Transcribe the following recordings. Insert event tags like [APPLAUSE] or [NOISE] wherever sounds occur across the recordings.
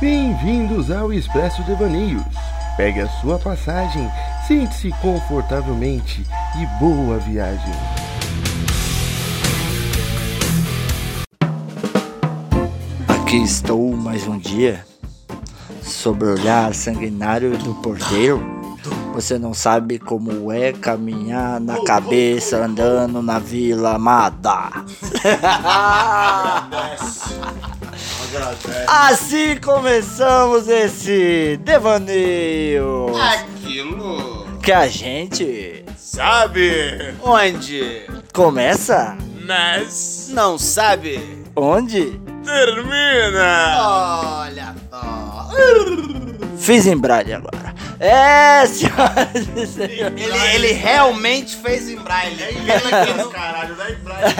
Bem-vindos ao Expresso Devaneios. Pegue a sua passagem, sente-se confortavelmente e boa viagem. Aqui estou mais um dia. Sob o olhar sanguinário do porteiro, você não sabe como é caminhar na cabeça andando na Vila Amada. [LAUGHS] assim começamos esse devaneio Aquilo. que a gente Sabe? Onde começa Mas não sabe. onde termina. Olha só. fiz embrulho agora. É, [LAUGHS] senhoras e senhores. Ele, ele realmente fez em braille. [LAUGHS] Caralho, dá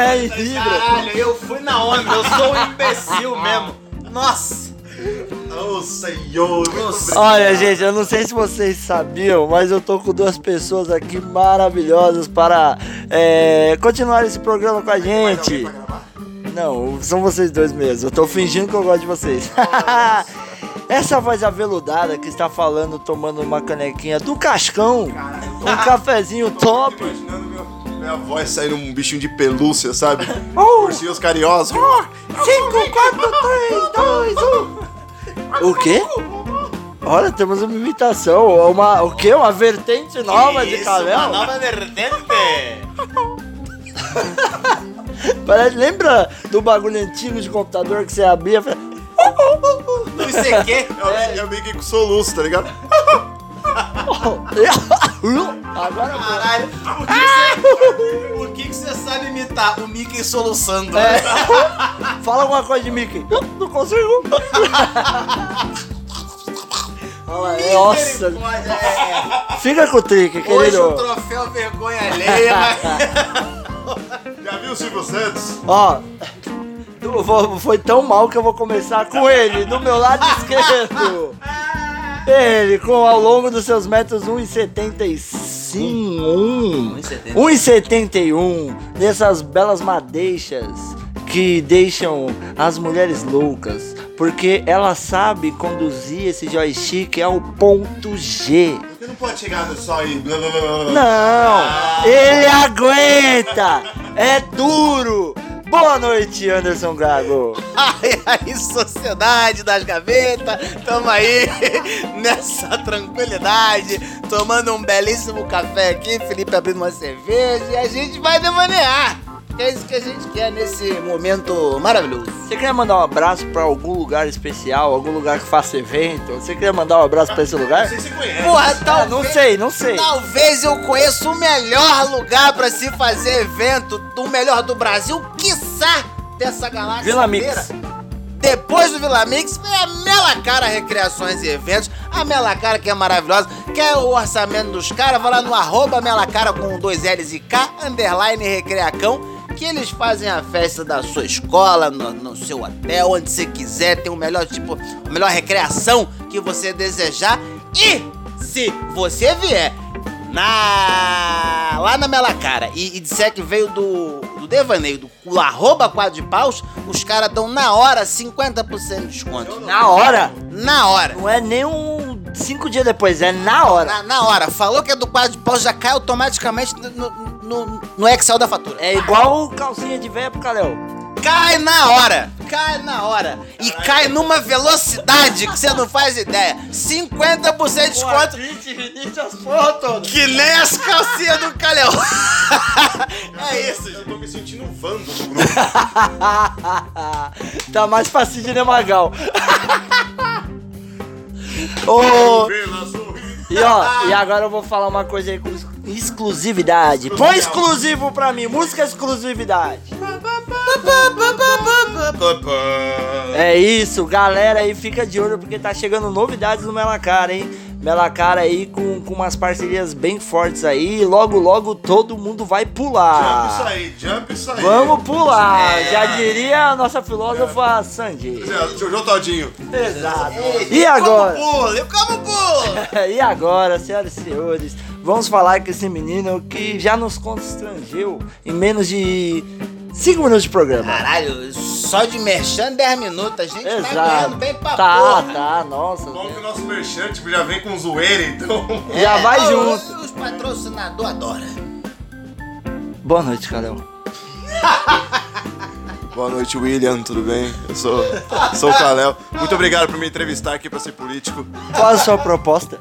É em Libra. Caralho, eu fui na onda, eu sou um imbecil mesmo. Nossa. Ah. Ô senhor. Olha, gente, eu não sei se vocês sabiam, mas eu tô com duas pessoas aqui maravilhosas para é, continuar esse programa com a gente. Não, são vocês dois mesmo. Eu tô fingindo que eu gosto de vocês. [LAUGHS] Essa voz aveludada que está falando, tomando uma canequinha do Cascão, um cafezinho top. Imaginando meu, minha voz saindo um bichinho de pelúcia, sabe? Uh! Ursinhos carinhosos. 5, 4, 3, 2, 1. O quê? Olha, temos uma imitação, uma, o quê? Uma vertente nova de Uma Calel. nova vertente. Parece, lembra do bagulho antigo de computador que você abria e falava... Não sei o quê. É o Mickey- é o Mickey com soluço, tá ligado? Agora foi. Caralho. Ah! Por que, você, por que que você sabe imitar o Mickey soluçando? né? É. Fala alguma coisa de Mickey. Não consigo. Olha, Nossa, Misericórdia, é. [LAUGHS] fica com o trick, Hoje o querido. troféu vergonha alheia, mas... [LAUGHS] Já viu o Silvio Santos? Ó, eu vou- foi tão mal que eu vou começar com ele, do meu lado esquerdo. Ele, com ao longo dos seus metros 1,75. 1,70. 1,71 dessas belas madeixas que deixam as mulheres loucas, porque ela sabe conduzir esse joystick ao ponto G. Você não pode chegar no só aí. Não, ele aguenta, é duro. Boa noite, Anderson Gago. Ai, ai, sociedade das gavetas, tamo aí [LAUGHS] nessa tranquilidade, tomando um belíssimo café aqui, Felipe abrindo uma cerveja e a gente vai devanear. que É isso que a gente quer nesse momento maravilhoso. Você quer mandar um abraço pra algum lugar especial, algum lugar que faça evento? Você quer mandar um abraço pra esse lugar? sei se conhece. Porra, tá Ah, talvez, não sei, não sei. talvez eu conheça o melhor lugar pra se fazer evento, o melhor do Brasil, quiçá dessa galáxia Vila inteira. Mix. Depois do Vila Mix, vem a Melacara Recreações e Eventos. A Melacara que é maravilhosa. Quer o orçamento dos caras? Vai lá no arroba Melacara com dois L's e K, underline Recreacão. Que eles fazem a festa da sua escola, no, no seu hotel, onde você quiser. Tem o melhor tipo, a melhor recreação que você desejar. E se você vier na lá na Melacara e, e disser que veio do, do Devaneio, do cu- arroba quadro de paus, os caras dão na hora 50% de desconto. Na hora. Na hora. Não é nem um cinco dias depois, é na hora. Na, na hora. Falou que é do quadro de paus, já cai automaticamente no, no, no- no Excel da fatura. É igual calcinha de véia pro Caléu. Cai na hora! Cai na hora! E cai numa velocidade que você não faz ideia. 50% de desconto que nem as calcinhas do Calhão. é isso, gente. Eu tô me sentindo um vando do grupo. [LAUGHS] tá mais pra Sidney Magal. [LAUGHS] Ô, Vila sorrindo. e ó, e agora eu vou falar uma coisa aí com ex- exclusividade. Põe exclusivo pra mim, música exclusividade. É isso, galera aí, fica de olho porque tá chegando novidades no Melacara, hein? Melacara aí com, com umas parcerias bem fortes aí. e Logo, logo todo mundo vai Jump isso pular. aí, jump isso aí. Vamos pular, É. já diria a nossa filósofa Sandy. É, Jojo Todinho. Exato. E agora? Como pula, eu como pula. [LAUGHS] E agora, senhoras e senhores, vamos falar com esse menino que já nos constrangeu em menos de Cinco minutos de programa. Caralho, só de merchan 10 minutos, Ah, a gente tá ganhando Exato. bem pra Tá, porra. né? tá, nossa. Bom que o nosso merchan tipo, já vem com zoeira, então. Já vai Ah, junto. Os, os patrocinadores adoram. Boa noite, Carol. Boa noite, William, tudo bem? Eu sou, sou o Kalel. Muito obrigado por me entrevistar aqui pra ser político. Qual a sua proposta?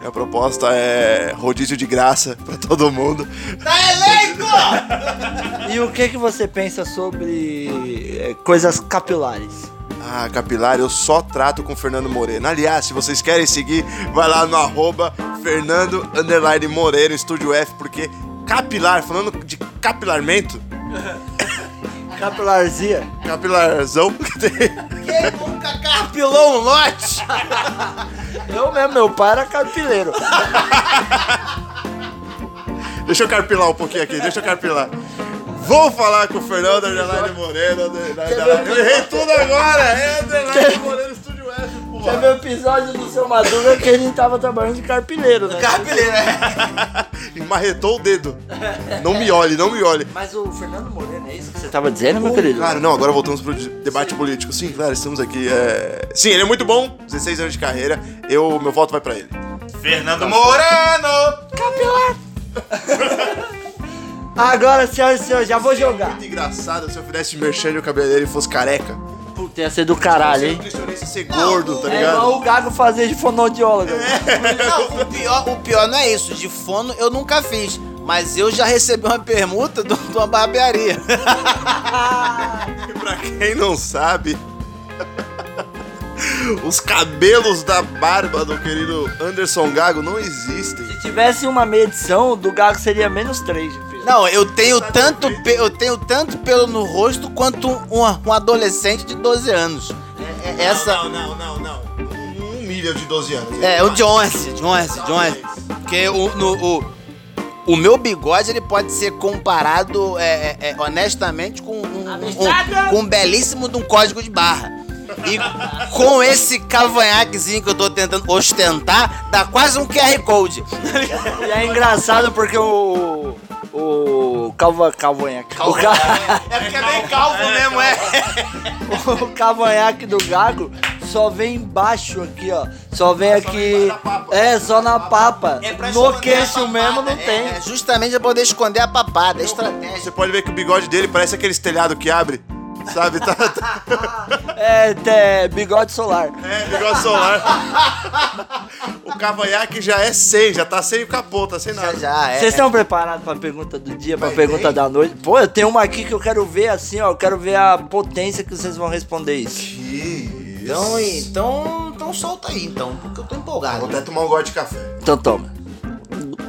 Minha proposta é rodízio de graça pra todo mundo. Tá eleito! E o que, que você pensa sobre eh, coisas capilares? Ah, capilar, eu só trato com Fernando Moreira. Aliás, se vocês querem seguir, vai lá no arroba Fernando Underline Moreira, Estúdio F, porque capilar, falando de capilarmento, Capilarzia? capilarzão [LAUGHS] que tem. Quem nunca carpilou um lote? Eu mesmo, meu pai era carpileiro. Deixa eu carpilar um pouquinho aqui, deixa eu carpilar. Vou falar com o Fernando Underline Moreira. Underline, underline. Eu errei tudo agora! É Underline [LAUGHS] Moreira, Estúdio F, porra! Teve um episódio do seu Madruga que ele tava trabalhando de carpileiro, né? Carpileiro, né? E [LAUGHS] marretou o dedo. Não me olhe, não me olhe. Mas o Fernando Moreno, é isso que você tava dizendo, meu querido? Claro, não, agora voltamos pro de- debate político. Sim, claro, estamos aqui. é, Sim, ele é muito bom, 16 anos de carreira. Eu, meu voto vai pra ele. Fernando Moreno! Agora, senhoras e senhores, já vou jogar. Muito engraçado se eu fizesse merchan e o cabelo dele fosse careca. Puta, ia ser do caralho, Se hein? nutricionista ser gordo, tá É ligado? igual o Gago fazer de fonoaudiólogo. Não, o pior, o pior não é isso. De fono eu nunca fiz. Mas eu já recebi uma permuta de um, de uma barbearia. E pra quem não sabe, [LAUGHS] os cabelos da barba do querido Anderson Gago não existem. Se tivesse uma medição, do Gago seria menos 3, filho. Não, eu tenho tanto, pe- eu tenho tanto pelo no rosto quanto um, um adolescente de 12 anos. É- é- Essa não, não, não. Um, um milho de 12 anos. é o de 11, de 11, de 11. Porque o, no- o, o meu bigode ele pode ser comparado é, é, é, honestamente com um, um, com um belíssimo de um código de barra. E com esse cavanhaquezinho que eu tô tentando ostentar, dá quase um QR Code. E é engraçado porque o. O. Calva, calvanhaque. O, ca, É porque é bem calvo mesmo, é. [LAUGHS] o cavanhaque do Gago só vem embaixo aqui, ó. Só vem aqui. É, só na papa. No queixo mesmo não tem. É justamente pra poder esconder a papada, é estratégia. Você pode ver que o bigode dele parece aqueles telhados que abre. Sabe? [LAUGHS] Tá, tá- É, é bigode solar. é, bigode solar. o cavanhaque já é sem, já tá sem o capô, tá sem Já, nada. já, é. Vocês estão preparados pra pergunta do dia, pra Vai, pergunta vem. da noite? Pô, eu tenho uma aqui que eu quero ver assim, ó. Eu quero ver a potência que vocês vão responder isso. Que isso. Então, então, então solta aí, então, porque eu tô empolgado. Vou até tomar um gole de café. Então toma. [LAUGHS]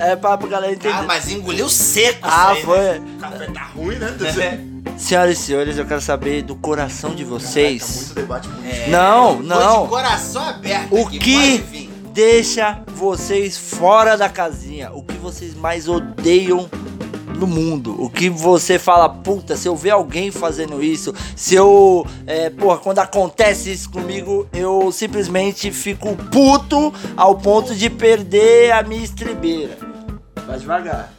é pra pra galera entender. Ah, mas engoliu seco Ah, isso aí, né? foi. Café tá ruim, né? É. Senhoras e senhores, eu quero saber do coração de Tá vocês. muito debate político. É. Não, Foi de não. coração aberto. O aqui, que pode vir. deixa vocês fora da casinha? O que vocês mais odeiam no mundo? O que você fala, puta, se eu ver alguém fazendo isso, se eu. É, porra, quando acontece isso comigo, eu simplesmente fico puto ao ponto de perder a minha estribeira. Vai devagar.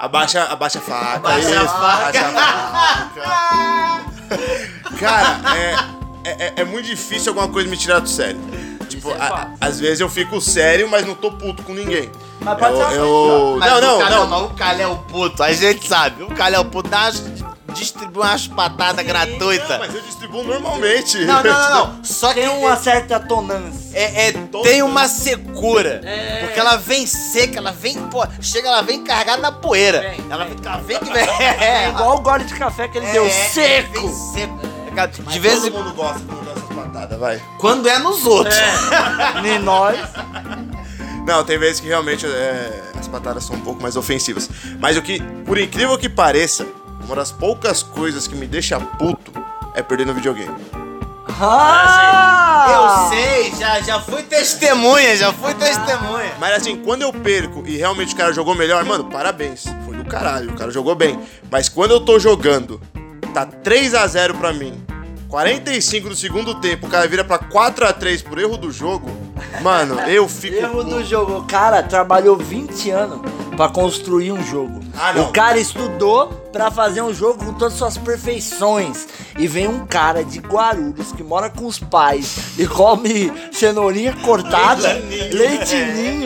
Abaixa, abaixa a faca. Abaixa a isso, faca. faca. [LAUGHS] Cara, é, é, é- é muito difícil alguma coisa me tirar do sério. Tipo, é a- às vezes eu fico sério, mas não tô puto com ninguém. Mas pode eu, ser uma eu... Mas Não, o não, Calhau, não. não. O Calé é o puto, a gente sabe. O Calé é o puto, dá umas, distribui umas patadas Não, gratuitas. mas eu distribuo normalmente. Não, não, [LAUGHS] não, [LAUGHS] não. Só que Tem uma certa tonância. É, é, tem uma secura. É. Porque ela vem seca, ela vem. Pô, chega, ela vem carregada na poeira. Vem, ela, vem, ela vem que [LAUGHS] vem. É, [LAUGHS] Igual o gole de café que ele é, deu é, seco. É. vem seco. De Mas vez Todo em mundo gosta quando dá essas patadas, vai. quando é nos outros. Nem nós. Não, tem vezes que realmente é, as patadas são um pouco mais ofensivas. Mas o que, por incrível que pareça, uma das poucas coisas que me deixa puto é perder no videogame. Eu Ah! sei, já, já fui testemunha, já fui testemunha. Mas assim, quando eu perco e realmente o cara jogou melhor, mano, parabéns. Foi do caralho, o cara jogou bem. Mas quando eu tô jogando, tá 3 a 0 pra mim. 45 do segundo tempo, o cara vira pra 4 a 3 por erro do jogo. Mano, eu fico Erro puto. do jogo. Cara, trabalhou 20 anos pra construir um jogo. Ah, não. O cara estudou pra fazer um jogo com todas as suas perfeições. E vem um cara de Guarulhos que mora com os pais e come cenourinha cortada, Leitinho.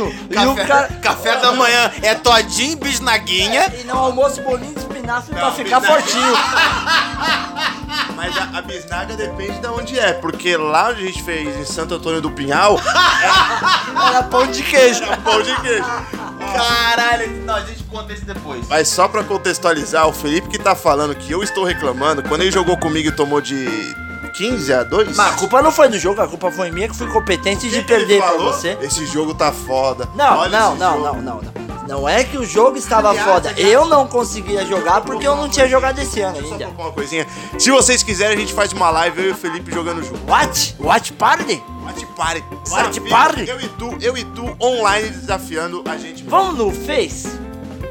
leitinho, e o né? Café, cara. É, café da manhã [LAUGHS] é todinho, bisnaguinha. E no almoço, bolinho de espinafre pra Não, ficar bisnaga. fortinho. Mas a, a bisnaga depende de onde é, porque lá onde a gente fez em Santo Antônio do Pinhal, Era pão de queijo. era É um pão de queijo. Caralho. então Não, a gente conta isso depois. Mas só pra contextualizar, o Felipe que tá falando que eu estou reclamando, quando ele jogou comigo e tomou de 15 a 2, Mas a culpa não foi do jogo, a culpa foi minha que fui competente de perder pra você. Esse jogo tá foda. Não, Olha não, esse não, jogo. não, não, não. Não é que o jogo estava foda. Eu não conseguia jogar porque eu não tinha jogado esse ano Só ainda. propor uma coisinha. Se vocês quiserem, a gente faz uma live, eu e o Felipe jogando junto. What? What party? Bate pare. Bate Desafio. pare? Eu e tu, eu e tu online desafiando a gente. Vamos no Face?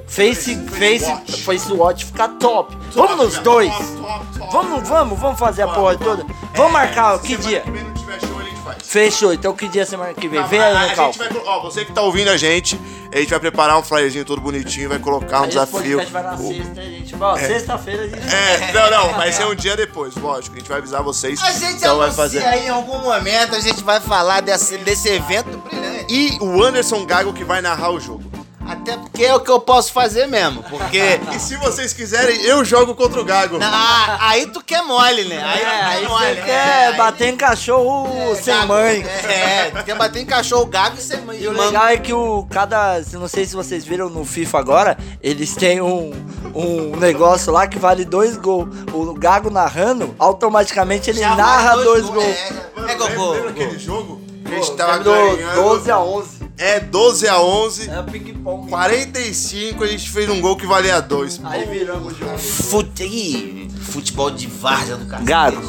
Face, Face Face, Watch. Face Watch fica top. Vamos nos top, dois. top, top. Vamos, vamos, vamos fazer a porra toda. Vamos marcar que É, Semana dia? que vem não tiver show, a gente faz. Fechou, então que dia semana que vem? Não, Vem a- aí a no cal. gente vai colo- Ó, você que tá ouvindo a gente, a gente vai preparar um flyerzinho todo bonitinho, vai colocar um Esse desafio. podcast vai na O- sexta, hein, gente. Ó, Sexta-feira a gente. É, não, não, vai ser um dia depois, lógico. A gente vai avisar vocês. A gente então vai anuncia fazer. aí em algum momento, a gente vai falar desse, desse evento brilhante. E o Anderson Gago que vai narrar o jogo. Até porque é o que eu posso fazer mesmo, [LAUGHS] porque... E se vocês quiserem, eu jogo contra o Gago. [LAUGHS] Ah, aí tu quer mole, né? Aí, É, aí tu você né? quer Aí- bater em cachorro sem gago. mãe. É, tu quer bater em cachorro gago e sem mãe. E o mano. legal é que o cada. Não sei se vocês viram no FIFA agora, eles têm um, um negócio lá que vale dois gols. O Gago narrando, automaticamente ele Já narra marcou dois os gols. É, é, é Gogô. Lembra aquele jogo? A gente Pô, tava terminou ganhando. 12 a 11. É 12 a 11. É ping-pong. 45, a gente fez um gol que valia 2. Aí viramos o jogo. Fute... Ih, Futebol de várzea do cacete. Gago.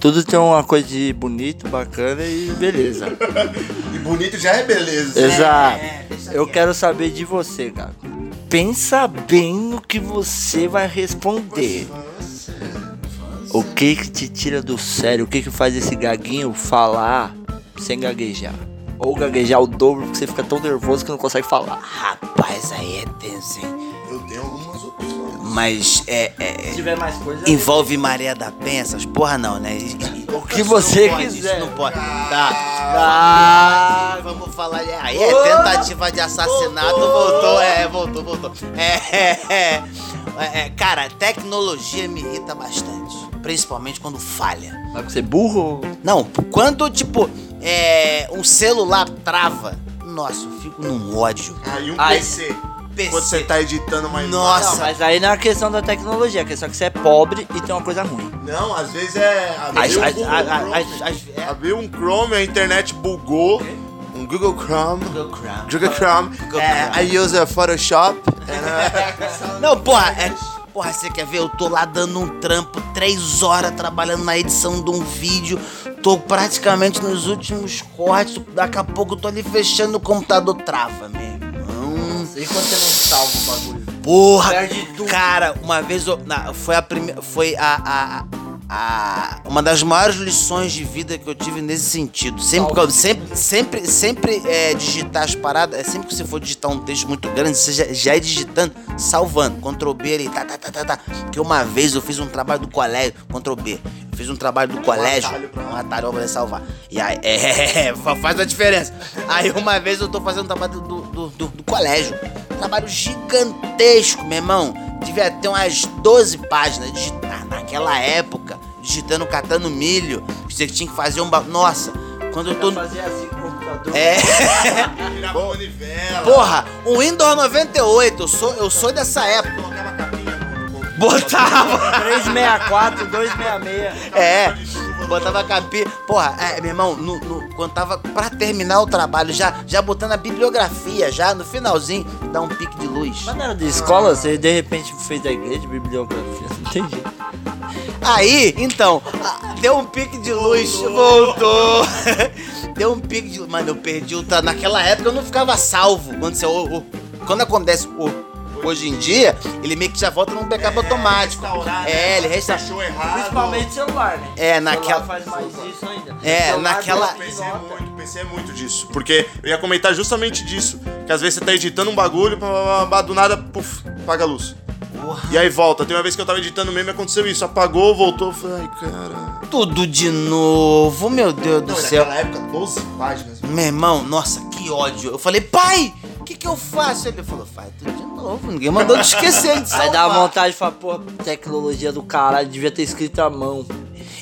Tudo tem uma coisa de bonito, bacana e beleza. E bonito já é beleza. Exato. é, deixa Eu quero saber de você, Gago. Pensa bem no que você vai responder. O que que te tira do sério? O que que faz esse gaguinho falar sem gaguejar? Ou gaguejar o dobro porque você fica tão nervoso que não consegue falar. Rapaz, aí é tenso, hein? Eu tenho algumas opções. Mas é... é- Se tiver mais coisa... Envolve Maria da Penha, essas porra não, né? O que você não pode, quiser. Isso não pode. Tá. Ah, Vamos falar. de- Aí é tentativa de assassinato. Voltou, é, voltou, voltou. É, é, é, é, Cara, tecnologia me irrita bastante. Principalmente quando falha. vai ser é burro? Não, quando, tipo, é, um celular trava. Nossa, eu fico num ódio. Aí um Ai, PC. PC. Quando você tá editando uma imagem. Nossa. Não, mas aí não é questão da tecnologia, é questão que você é pobre e tem uma coisa ruim. Não, às vezes é. As- Abriu um as- Google as- Chrome. as- as- é. Abriu um Chrome, a internet bugou. Um Google Chrome. Google Chrome. É, Chrome. I use a [LAUGHS] Photoshop. Não, porra, é. Porra, você quer ver? Eu tô lá dando um trampo, três horas trabalhando na edição de um vídeo. Tô praticamente nos últimos cortes. Daqui a pouco eu tô ali fechando o computador. Trava, meu irmão. E quando você não salva o bagulho? Porra! Perde tudo. Cara, uma vez eu- na- foi a primeira. Foi a. a- a- uma das maiores lições de vida que eu tive nesse sentido. Sempre, que eu- sempre, sempre, sempre é, digitar as paradas, é, sempre que você for digitar um texto muito grande, você já, já é digitando, salvando. Ctrl B ali, tá, tá, tá, tá, tá. Porque uma vez eu fiz um trabalho do colégio, Ctrl B. Eu fiz um trabalho do colégio, um atalho pra poder salvar. E aí, é, [LAUGHS] fa- faz a diferença. Aí uma vez eu tô fazendo um trabalho do, do, do- do colégio. Trabalho gigantesco, meu irmão. Devia ter umas 12 páginas digitar naquela época, digitando, catando milho. Você tinha que fazer um. ba- Nossa, quando eu tô. no- Fazer assim com o computador. É. Virava uma manivela. Porra, o Windows 98, eu sou, eu sou dessa época. Colocava capinha no- no- Botava. [LAUGHS] 364, 266. É, botava capinha. Porra, é, meu irmão, no, no- quando tava pra terminar o trabalho, já, já botando a bibliografia, já no finalzinho, dá um pique de luz. Mas não era de escola? Você de repente fez da igreja, bibliografia? Não entendi. Aí, então, a- deu um pique de luz, voltou. [LAUGHS] deu um pique de luz. Mano, eu perdi o. tra- Naquela época eu não ficava salvo. Quando, você, o- o- quando acontece o. Hoje em dia, ele meio que já volta num É, backup automático. restaurar, né? É, ele resta... Achou errado. Ah, Principalmente celular, né? É, naquela- Celular faz mais isso ainda. É, naquela- PC é muito, PC é muito disso. Porque eu ia comentar justamente disso. Que às vezes você tá editando um bagulho, pá, pá, pá, pá, do nada, puf, apaga a luz. E aí volta. Tem uma vez que eu tava editando mesmo e aconteceu isso. Apagou, voltou. Eu falei, ai, cara. Tudo de novo, meu Deus do céu. época, 12 páginas. né? Meu irmão, nossa, que ódio. Eu falei, pai, o que, que eu faço? Ele falou, faz tudo de novo. Ninguém mandou te esquecer de Aí salvar. dá vontade de falar, porra, tecnologia do caralho, devia ter escrito à mão.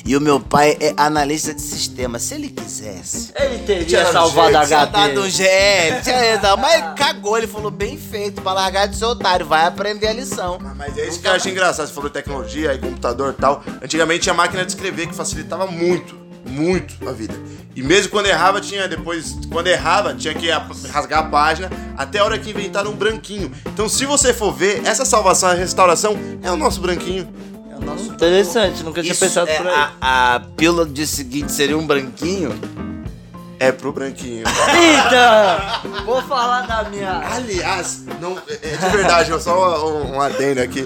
E o meu pai é analista de sistema. Se ele quisesse. Ele teria Tinha salvado a jeito, Tinha dado um HD. jeito, tinha dado, mas ele cagou, ele falou, bem feito, pra largar de ser otário, vai aprender a lição. Mas é isso que eu acho engraçado. Você falou de tecnologia e computador e tal. Antigamente tinha máquina de escrever que facilitava muito, muito a vida. E mesmo quando errava, tinha depois. Quando errava, tinha que ap- rasgar a página até a hora que inventaram um branquinho. Então, se você for ver, essa salvação, a restauração, é o nosso branquinho. É um o nosso- Interessante, nunca tinha Isso pensado é por aí. A, a pílula do dia seguinte seria um branquinho? É pro branquinho. Então, vou falar da minha. Aliás, não, é de verdade, só um, um adendo aqui.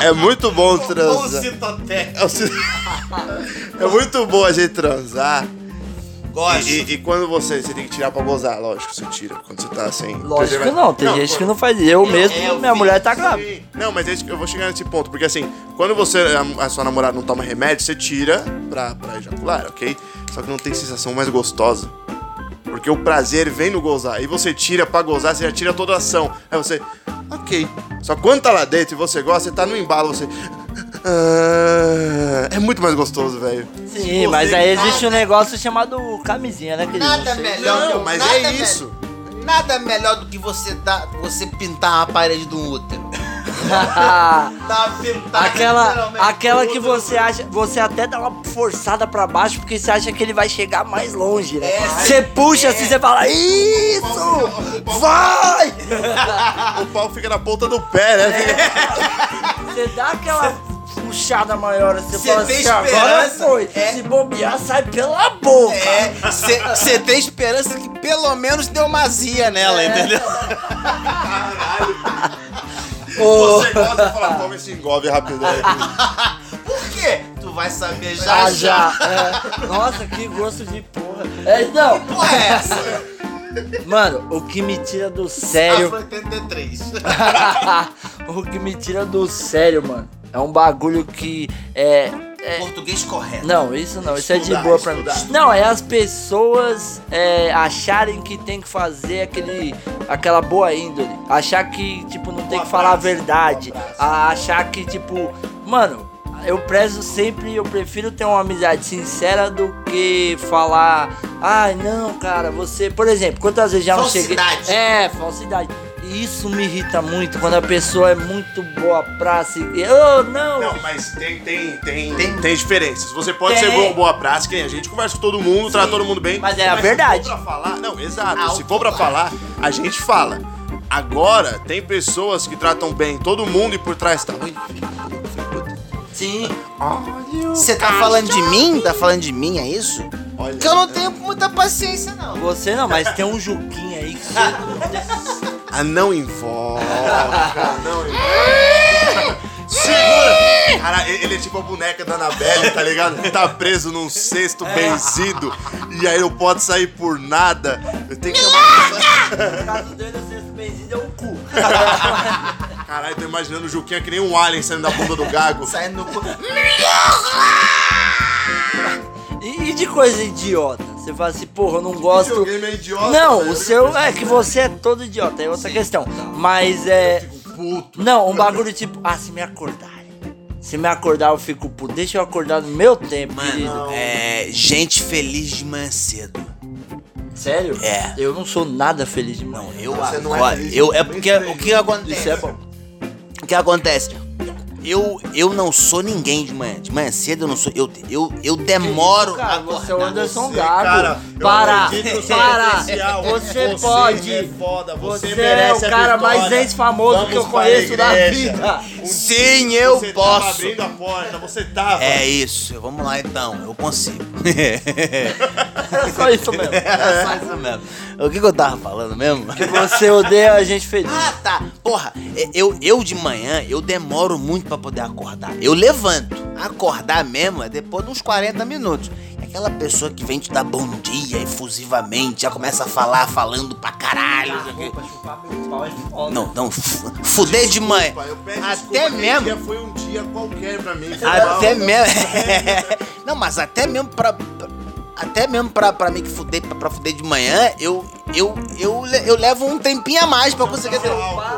É muito bom Ou transar. citotec. É o sin- [LAUGHS] É muito bom a gente transar. Gosto. E, e- e quando você, você tem que tirar pra gozar, lógico, você tira. Quando você tá sem. Lógico que não, tem gente que não faz. Eu mesmo, eu minha vi, mulher tá grávida. Sim. Não, mas é isso que eu vou chegar nesse ponto, porque assim, quando você a, a sua namorada não toma remédio, você tira pra, pra ejacular, ok? Só que não tem sensação mais gostosa. Porque o prazer vem no gozar. E você tira pra gozar, você já tira toda a ação. Aí você, ok. Só que quando tá lá dentro e você gosta, você tá no embalo, você. ah, é muito mais gostoso, velho. Tipo, tá Sim, mas aí existe um negócio chamado camisinha, né, querido? Nada Você- [LAUGHS] melhor. Não, mas nada é me- isso. Nada melhor do que você dar, você pintar a parede de um útero. Dá uma pintada. Aquela, literalmente, aquela do que útero. você acha, você até dá uma forçada pra baixo porque você acha que ele vai chegar mais longe, né? É, Você puxa assim, você fala, isso! Vai! O pau fica na ponta do pé, né? Fica- Você dá aquela puxada maior, você Você fala tem assim, agora esperança, foi. é. Se bobear, sai pela boca. É, você tem esperança que pelo menos deu mazia nela, entendeu? Você gosta de falar, toma esse engove rápido aí. Por quê? Tu vai saber já Ah, já. já. É. Nossa, que gosto de porra. É, não, Porra, é [LAUGHS] essa? mano, o que me tira do Ah, sério. foi 83. [LAUGHS] o que me tira do sério, mano. É um bagulho que é. é- Português correto. Não, isso não, isso é de Estudar, boa pra mim. estudar. Não, é as pessoas é, acharem que tem que fazer aquele, aquela boa índole. Achar que, tipo, não Um tem que falar a verdade. A- achar que, tipo, mano, eu prezo sempre, eu prefiro ter uma amizade sincera do que falar. Ai, não, cara, você. Por exemplo, quantas vezes já não cheguei. Falsidade. É, falsidade. E isso me irrita muito quando a pessoa é muito boa pra se. Oh, não! Não, mas tem, tem, tem, Tem. tem, diferenças. Você pode Tem. ser boa, boa prática, hein? a gente conversa com todo mundo, trata todo mundo bem. mas é a verdade. Se for pra falar, não, exato. Ah, se for pra falar, a gente fala. Agora, tem pessoas que tratam bem todo mundo e por trás tá. Ui, Sim, Você tá falando de mim? Tá falando de mim, é isso? Olha. Que eu né? não tenho muita paciência, não. Você não, mas tem um Juquinha aí [LAUGHS] que. Ah, não invoca, não invoca. Segura! Cara, ele ele é tipo a boneca da Anabelle, tá ligado? Que Tá preso num cesto É. benzido e aí não pode sair por nada. Eu tenho que chamar. No caso dele, o sexto benzido é um cu. Caralho, tô imaginando o Juquinha que nem um alien saindo da bunda do gago. Saindo no cu. E, e de coisa idiota? Você fala assim, porra, eu não gosto. videogame é idiota, Não, velho. o seu é que você é todo idiota, é outra questão. Mas é. Puto. Não, um bagulho tipo, ah, se me acordarem. Se me acordar, eu fico puto. Deixa eu acordar no meu tempo, querido. Mano, é. Gente feliz de manhã cedo. Sério? É. Eu não sou nada feliz de manhã. Eu Você não é agora, feliz, eu é bem porque feliz. o que acontece? Isso é bom. O que acontece? Eu eu não sou ninguém de manhã. De manhã cedo eu não sou. Eu eu, eu demoro a Cara, você é o acordar. Anderson você, Gago. cara. Eu para, acredito no seu para. potencial. Você, Você pode. é foda, você é merece o a cara mais vitória. ex-famoso que Vamos eu para a conheço da igreja. Um vida. Sim, eu tá você Tava posso. abrindo a porta, você tava. É isso. Vamos lá então. Eu consigo. [LAUGHS] É só isso mesmo. [LAUGHS] [LAUGHS] É só isso mesmo. O que, que eu tava falando mesmo? Você odeia a gente feliz. Ah, tá. Porra, é, eu, eu de manhã, eu demoro muito pra poder acordar. Eu levanto. Acordar mesmo é depois de uns 40 minutos. É que aquela pessoa que vem te dar bom dia efusivamente, já começa a falar, falando pra caralho. não sei o quê. Não, não, fu- fuder de manhã. Eu peço desculpa, Até aquele mesmo. dia foi um dia qualquer pra mim. foi mal. Até mesmo. [LAUGHS] não, mas até mesmo pra. pra- Até mesmo pra, pra mim que fuder, pra, pra fuder de manhã, eu, eu, eu, le- eu levo um tempinho a mais pra conseguir.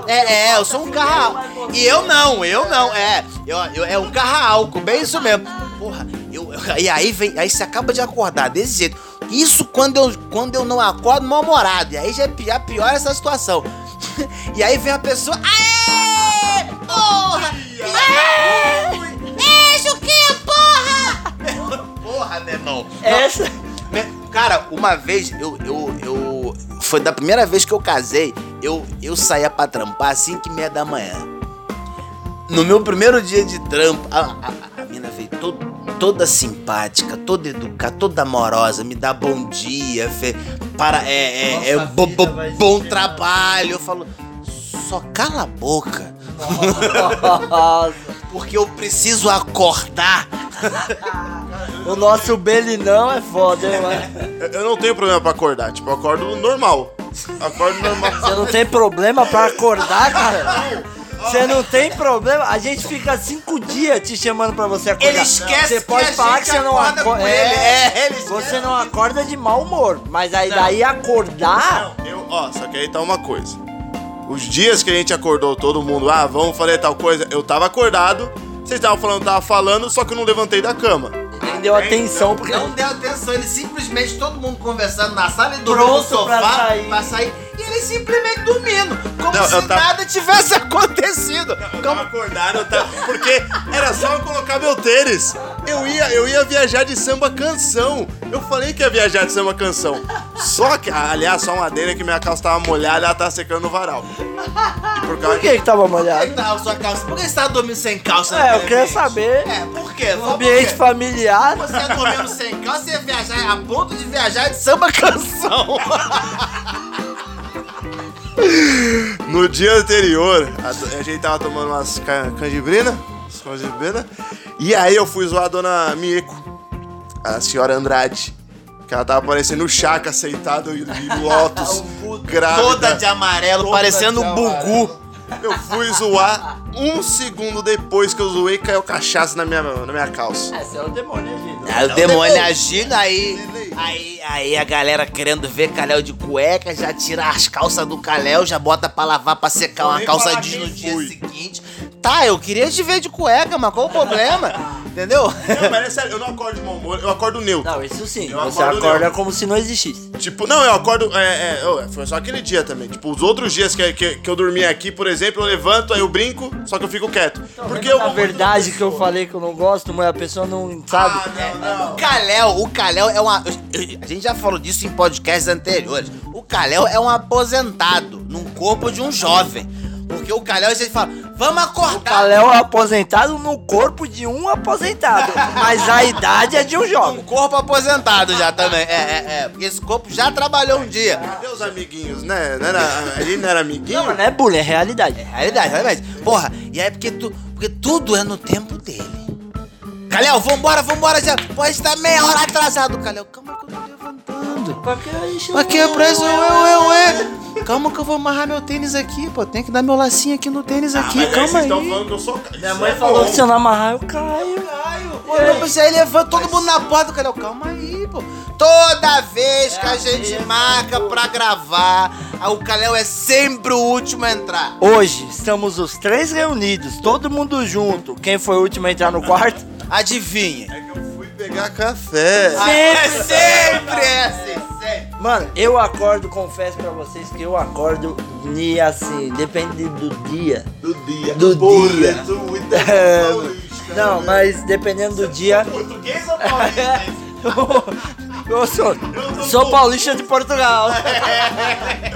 É, é, eu sou um carro. E eu não, eu não, é. Eu, eu- é um carro álcool, bem isso mesmo. Porra, eu, eu- e aí vem, aí você acaba de acordar desse jeito. Isso quando eu, quando eu não acordo mal-humorado. E aí já, é pi- já piora essa situação. [LAUGHS] e aí vem a pessoa. Aê! Porra! Aê! Isso que porra! [LAUGHS] É porra, Nenon. Essa. Me- Cara, uma vez eu, eu, eu. Foi da primeira vez que eu casei, eu, eu saía pra trampar às 5 e meia da manhã. No meu primeiro dia de trampo, a, a, a mina veio todo- toda simpática, toda educada, toda amorosa, me dá bom dia, fe, para, é, é, é, Nossa bo- bo- vida vai bom ser- trabalho. Eu falo, só cala a boca, Nossa. porque eu preciso acordar. [LAUGHS] O nosso Belinão é foda, hein, mano? Eu- Eu não tenho problema pra acordar, tipo, eu acordo normal. Acordo Você normal. não tem problema pra acordar, cara? Você não tem problema? A gente fica cinco dias te chamando pra você acordar. Ele esquece Você que pode a falar gente que você não acorda com acorda. ele. É, ele esquece. você não acorda de mau humor. Mas aí daí acordar. Não, eu, ó, só que aí tá uma coisa. Os dias que a gente acordou, todo mundo, ah, vamos fazer tal coisa, eu tava acordado, vocês estavam falando, tava falando, só que eu não levantei da cama. Não deu atenção, porque. Não deu atenção, ele simplesmente, todo mundo conversando na sala e Pronto dormindo no sofá pra pra sair. sair. E ele simplesmente dormindo, como Não, eu se tava- nada tivesse [LAUGHS] acontecido. Eu tava Como- acordado, eu tava... porque era só eu colocar meu tênis. Eu ia, eu ia viajar de samba canção. Eu falei que ia viajar de samba canção. Só que, ah, aliás, só uma dele que minha calça tava molhada, ela tava secando no varal. E por causa Por que que tava molhado? Tá, sua calça. Por que você tava dormindo sem calça? É, eu naquele queria ambiente? saber. É, por quê? O ambiente Por quê? familiar. Você tá dormindo sem calça, você ia viajar a ponto de viajar de samba canção. No dia anterior, a, a gente tava tomando umas ca- canjibrina, umas canjibrina, e aí eu fui zoar a dona Mieco, a senhora Andrade, que ela tava parecendo o Chaka sentado em [LAUGHS] em Lotus, grávida. Toda de amarelo, parecendo um bugu. Eu fui zoar um segundo depois que eu zoei, caiu cachaça na minha, na minha calça. Esse é o demônio, gente. Aí o demônio agindo, aí, aí, aí a galera querendo ver Caléu de cueca, já tira as calças do Caléu, já bota pra lavar pra secar uma nem calça falar jeans quem no dia foi. seguinte. Tá, eu queria te ver de cueca, mas qual o [LAUGHS] problema? Entendeu? Não, mas é sério, eu não acordo de mau humor, eu acordo neutro. Não, isso sim. Eu Você acordo acorda leão. como se não existisse. Tipo, não, eu acordo. É, é, oh, foi só aquele dia também. Tipo, os outros dias que, que, que eu dormi aqui, por exemplo, eu levanto, aí eu brinco, só que eu fico quieto. Porque eu. A Então, verdade que eu falei que eu não gosto, mas a pessoa não sabe. Ah, não, não. Caléu, o Caléu é uma. A gente já falou disso em podcasts anteriores. O Caléu é um aposentado num corpo de um jovem. Porque o Caléu, vocês falam, vamos acordar. Caléu é aposentado no corpo de um aposentado, mas a idade é de um Um jovem. corpo aposentado já também. É, é, é. Porque esse corpo já trabalhou um dia. Cadê os Ah, amiguinhos, né? Não era, a gente não era amiguinho? Não, mas não é bullying, é realidade. É Realidade, realidade. Porra, e é porque, tu, porque tudo é no tempo dele. Calhão, vambora, vambora já. Pode estar tá meia hora atrasado, Calhão. Calma que eu tô levantando. Aqui é preso, eu, eu, eu. Calma que eu vou amarrar meu tênis aqui, pô. Tem que dar meu lacinho aqui no tênis aqui. Ah, Mas aí Calma vocês aí. estão falando que eu sou. é Minha mãe Falou assim, que se eu não amarrar, eu caio. Olhou pra você, aí levanta todo mundo na porta, cara. Calma aí, pô. Toda vez que a gente marca pra gravar, a- o Caléu é sempre o último a entrar. É. Hoje estamos os três reunidos, todo mundo junto. Quem foi o último a entrar no quarto? Adivinha? É que eu fui pegar café. É sempre é assim, sempre. Mano, eu acordo, confesso pra vocês que eu acordo e assim, depende do dia. Do dia. Do Porra, dia. tu [LAUGHS] muito É, paulista, Não, né? mas dependendo do dia. Português ou paulista? [LAUGHS] Eu sou, não É. sou tô- paulista de Portugal.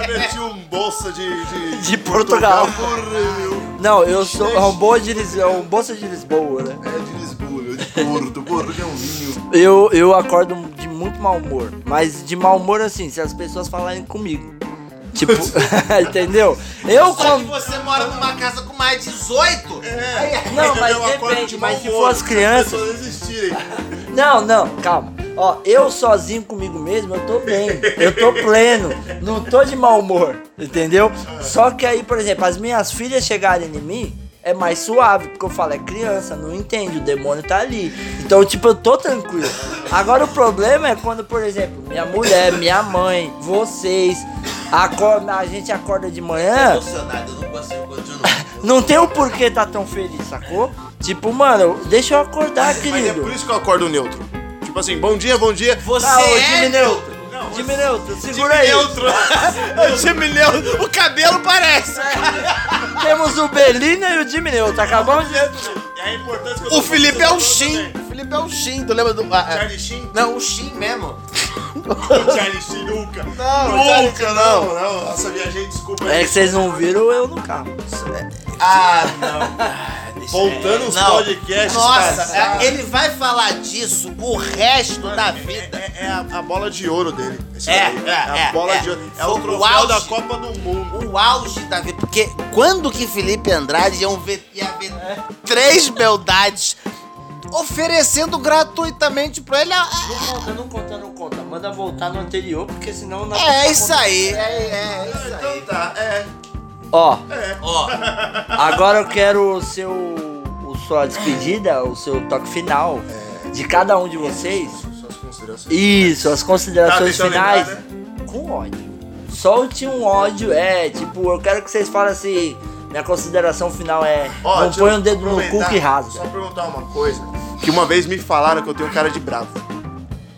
Eu meti um bolsa de. De, De Portugal. Porra, meu. Não, eu sou é um bom de Lis- é um bolsa de Lisboa, né? É de Lisboa, meu. De Porto. Porto que é um vinho. Eu, eu acordo de muito mau humor. Mas de mau humor assim, se as pessoas falarem comigo. Tipo, [LAUGHS] entendeu? Eu Só que com... você mora numa casa com mais 18? Não, Eu mas acordo É de depende, mau mas se humor, for as as crianças. tá, pessoas existirem. Não, não, calma. Ó, eu sozinho comigo mesmo, eu tô bem. Eu tô pleno. Não tô de mau humor. Entendeu? Só que aí, por exemplo, as minhas filhas chegarem em mim. É mais suave, porque eu falo, é criança, não entende, o demônio tá ali. Então, tipo, eu tô tranquilo. Agora, o problema é quando, por exemplo, minha mulher, minha mãe, vocês, acorda, a gente acorda de manhã. Tá Emocionado, eu não consigo continuar. Não tem o porquê tá tão feliz, sacou? Tipo, mano, deixa eu acordar, Mas é querido. por isso que eu acordo neutro. Tipo assim, bom dia, bom dia. Você Ah, ô, é Jimmy Neutron. neutro. tá Jimmy Neutron, segura aí. [LAUGHS] [LAUGHS] [LAUGHS] Eu te me lembro, É. o cabelo parece. Temos o Belina e o Jimmy Neutron. Acabamos de. E a importância que eu O tô Felipe é falando né? o Shin. O Felipe é o Shin, tu lembra do... ah, ah, Charlie Sheen? [LAUGHS] Não, o Shin mesmo. O Charlie Sheen nunca. Não, o Charlie nunca, não. não. Nossa, viajei, desculpa. É que tá vocês não viram eu no carro. Ah, não. Ah, Tá Voltando os Não. podcasts. Nossa, passados. é- ele vai falar disso o resto da vida. É, é a, a bola de ouro dele. Esse É, daí. é, a é, bola é. de ouro. É Foi o o troféu auge. da Copa do Mundo. O auge da vida. Porque quando que Felipe Andrade ia ver, ia ver três beldades oferecendo gratuitamente pra ele? Ah, Não conta, não conta, não conta. Manda voltar no anterior, porque senão não. É isso aí. É, é isso aí. tá, é. É. Ó, Ó, agora eu quero o seu. o sua despedida, o seu toque final de cada um de vocês. Suas considerações. Isso, as considerações Tá, deixa eu finais. lembrar, Com ódio. Solte um ódio, é. Tipo, eu quero que vocês falem assim. Minha consideração final é. Ó, não deixa eu põe um dedo no cu aproveitar, que rasga. Só perguntar uma coisa. Que uma vez me falaram que eu tenho cara de bravo.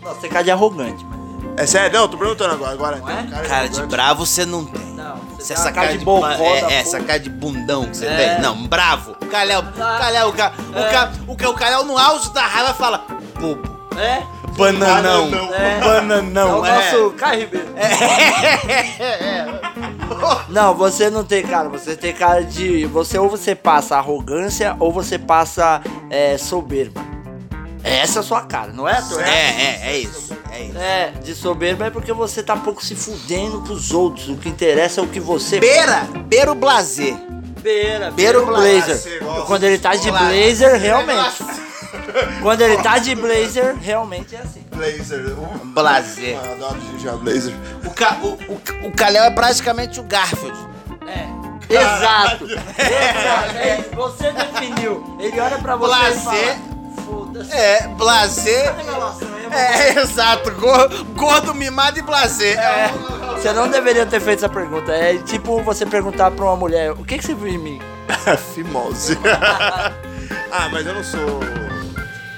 Nossa, você cai de arrogante, mano. É sério? Não, tô perguntando agora. agora é? tem um Cara de bravo você não tem. Não, Você você tá tem é uma sacar de, bocó ba- da é, é, porra. sacar de bundão que você É. tem. Não, bravo. O Calhau, o Calhau, o, ca, o, ca, o, ca, o Calhau no auge da raiva fala, bobo, É? bananão, Bananão. É. bananão, é o é. nosso Caio Ribeiro. [LAUGHS] Não, você não tem cara. Você tem cara de. Você ou você passa arrogância ou você passa é, soberba. Essa é a sua cara, não é? Arthur? É, é, é isso, é isso. É, de soberba é porque você tá pouco se fudendo pros outros. O que interessa é o que você. Beira, beira o blazer. beira, beira o o blazer. blazer. Nossa, Quando ele tá de blazer, realmente. Quando ele tá de blazer, realmente é assim. Blazer. Uh, É. Blazer. Eu adoro dirigir a um, Blazer. [LAUGHS] O, ca, o, o, o Calhau é praticamente o Garfield. É. [LAUGHS] Exato. Exato. É isso, Você definiu. Ele olha pra você e Blazer. fala, Foda-se. É, blazer. Essa relação aí é uma É, [LAUGHS] exato. Gordo, gordo mimado e blazer. É, você não deveria ter feito essa pergunta. É tipo você perguntar pra uma mulher, o que, que você viu [LAUGHS] em mim? [LAUGHS] Fimose. ah, mas eu não sou.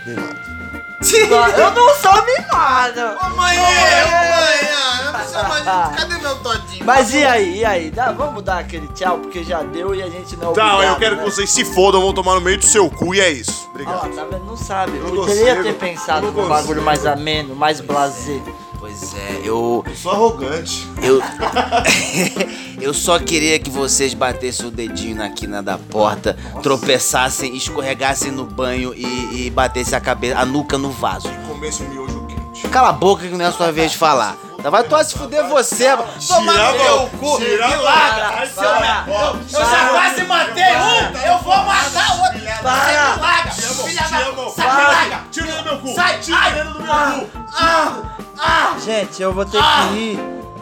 mimado. Eu não sou mimado. Amanhã, É. amanhã. Eu não sei mais. Cadê meu todinho? Ah. Mas e aí, e aí? Dá- vamos dar aquele tchau, porque já deu e a gente não é Tá, eu obrigado, quero né? que vocês se fodam, vão tomar no meio do seu cu e é isso. Olha lá, Obrigado. tá vendo? Não sabe. Eu Eu não Poderia consigo. ter pensado Eu não num bagulho consigo. mais ameno, mais blazer. Pois é, eu. Eu sou arrogante. Eu. [LAUGHS] eu só queria que vocês batessem o dedinho na quina da porta, tropeçassem, escorregassem no banho e, e batessem a cabeça, a nuca no vaso. Começo miojo quente. Cala a boca que não é a sua vez de falar. Tá, Vai tu se fuder você, tomar no teu cu. Girava, Para, para. Eu já quase matei um, eu vou matar o outro. Para. Sai, larga, Te amo, filha te da- amo. sai, Para. larga. Tira ele do meu cu! Sai, Tira ai. ele do meu cu! Ah! Gente, eu vou ter que ir.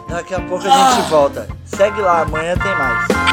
Daqui a pouco a gente volta. Segue lá, amanhã tem mais.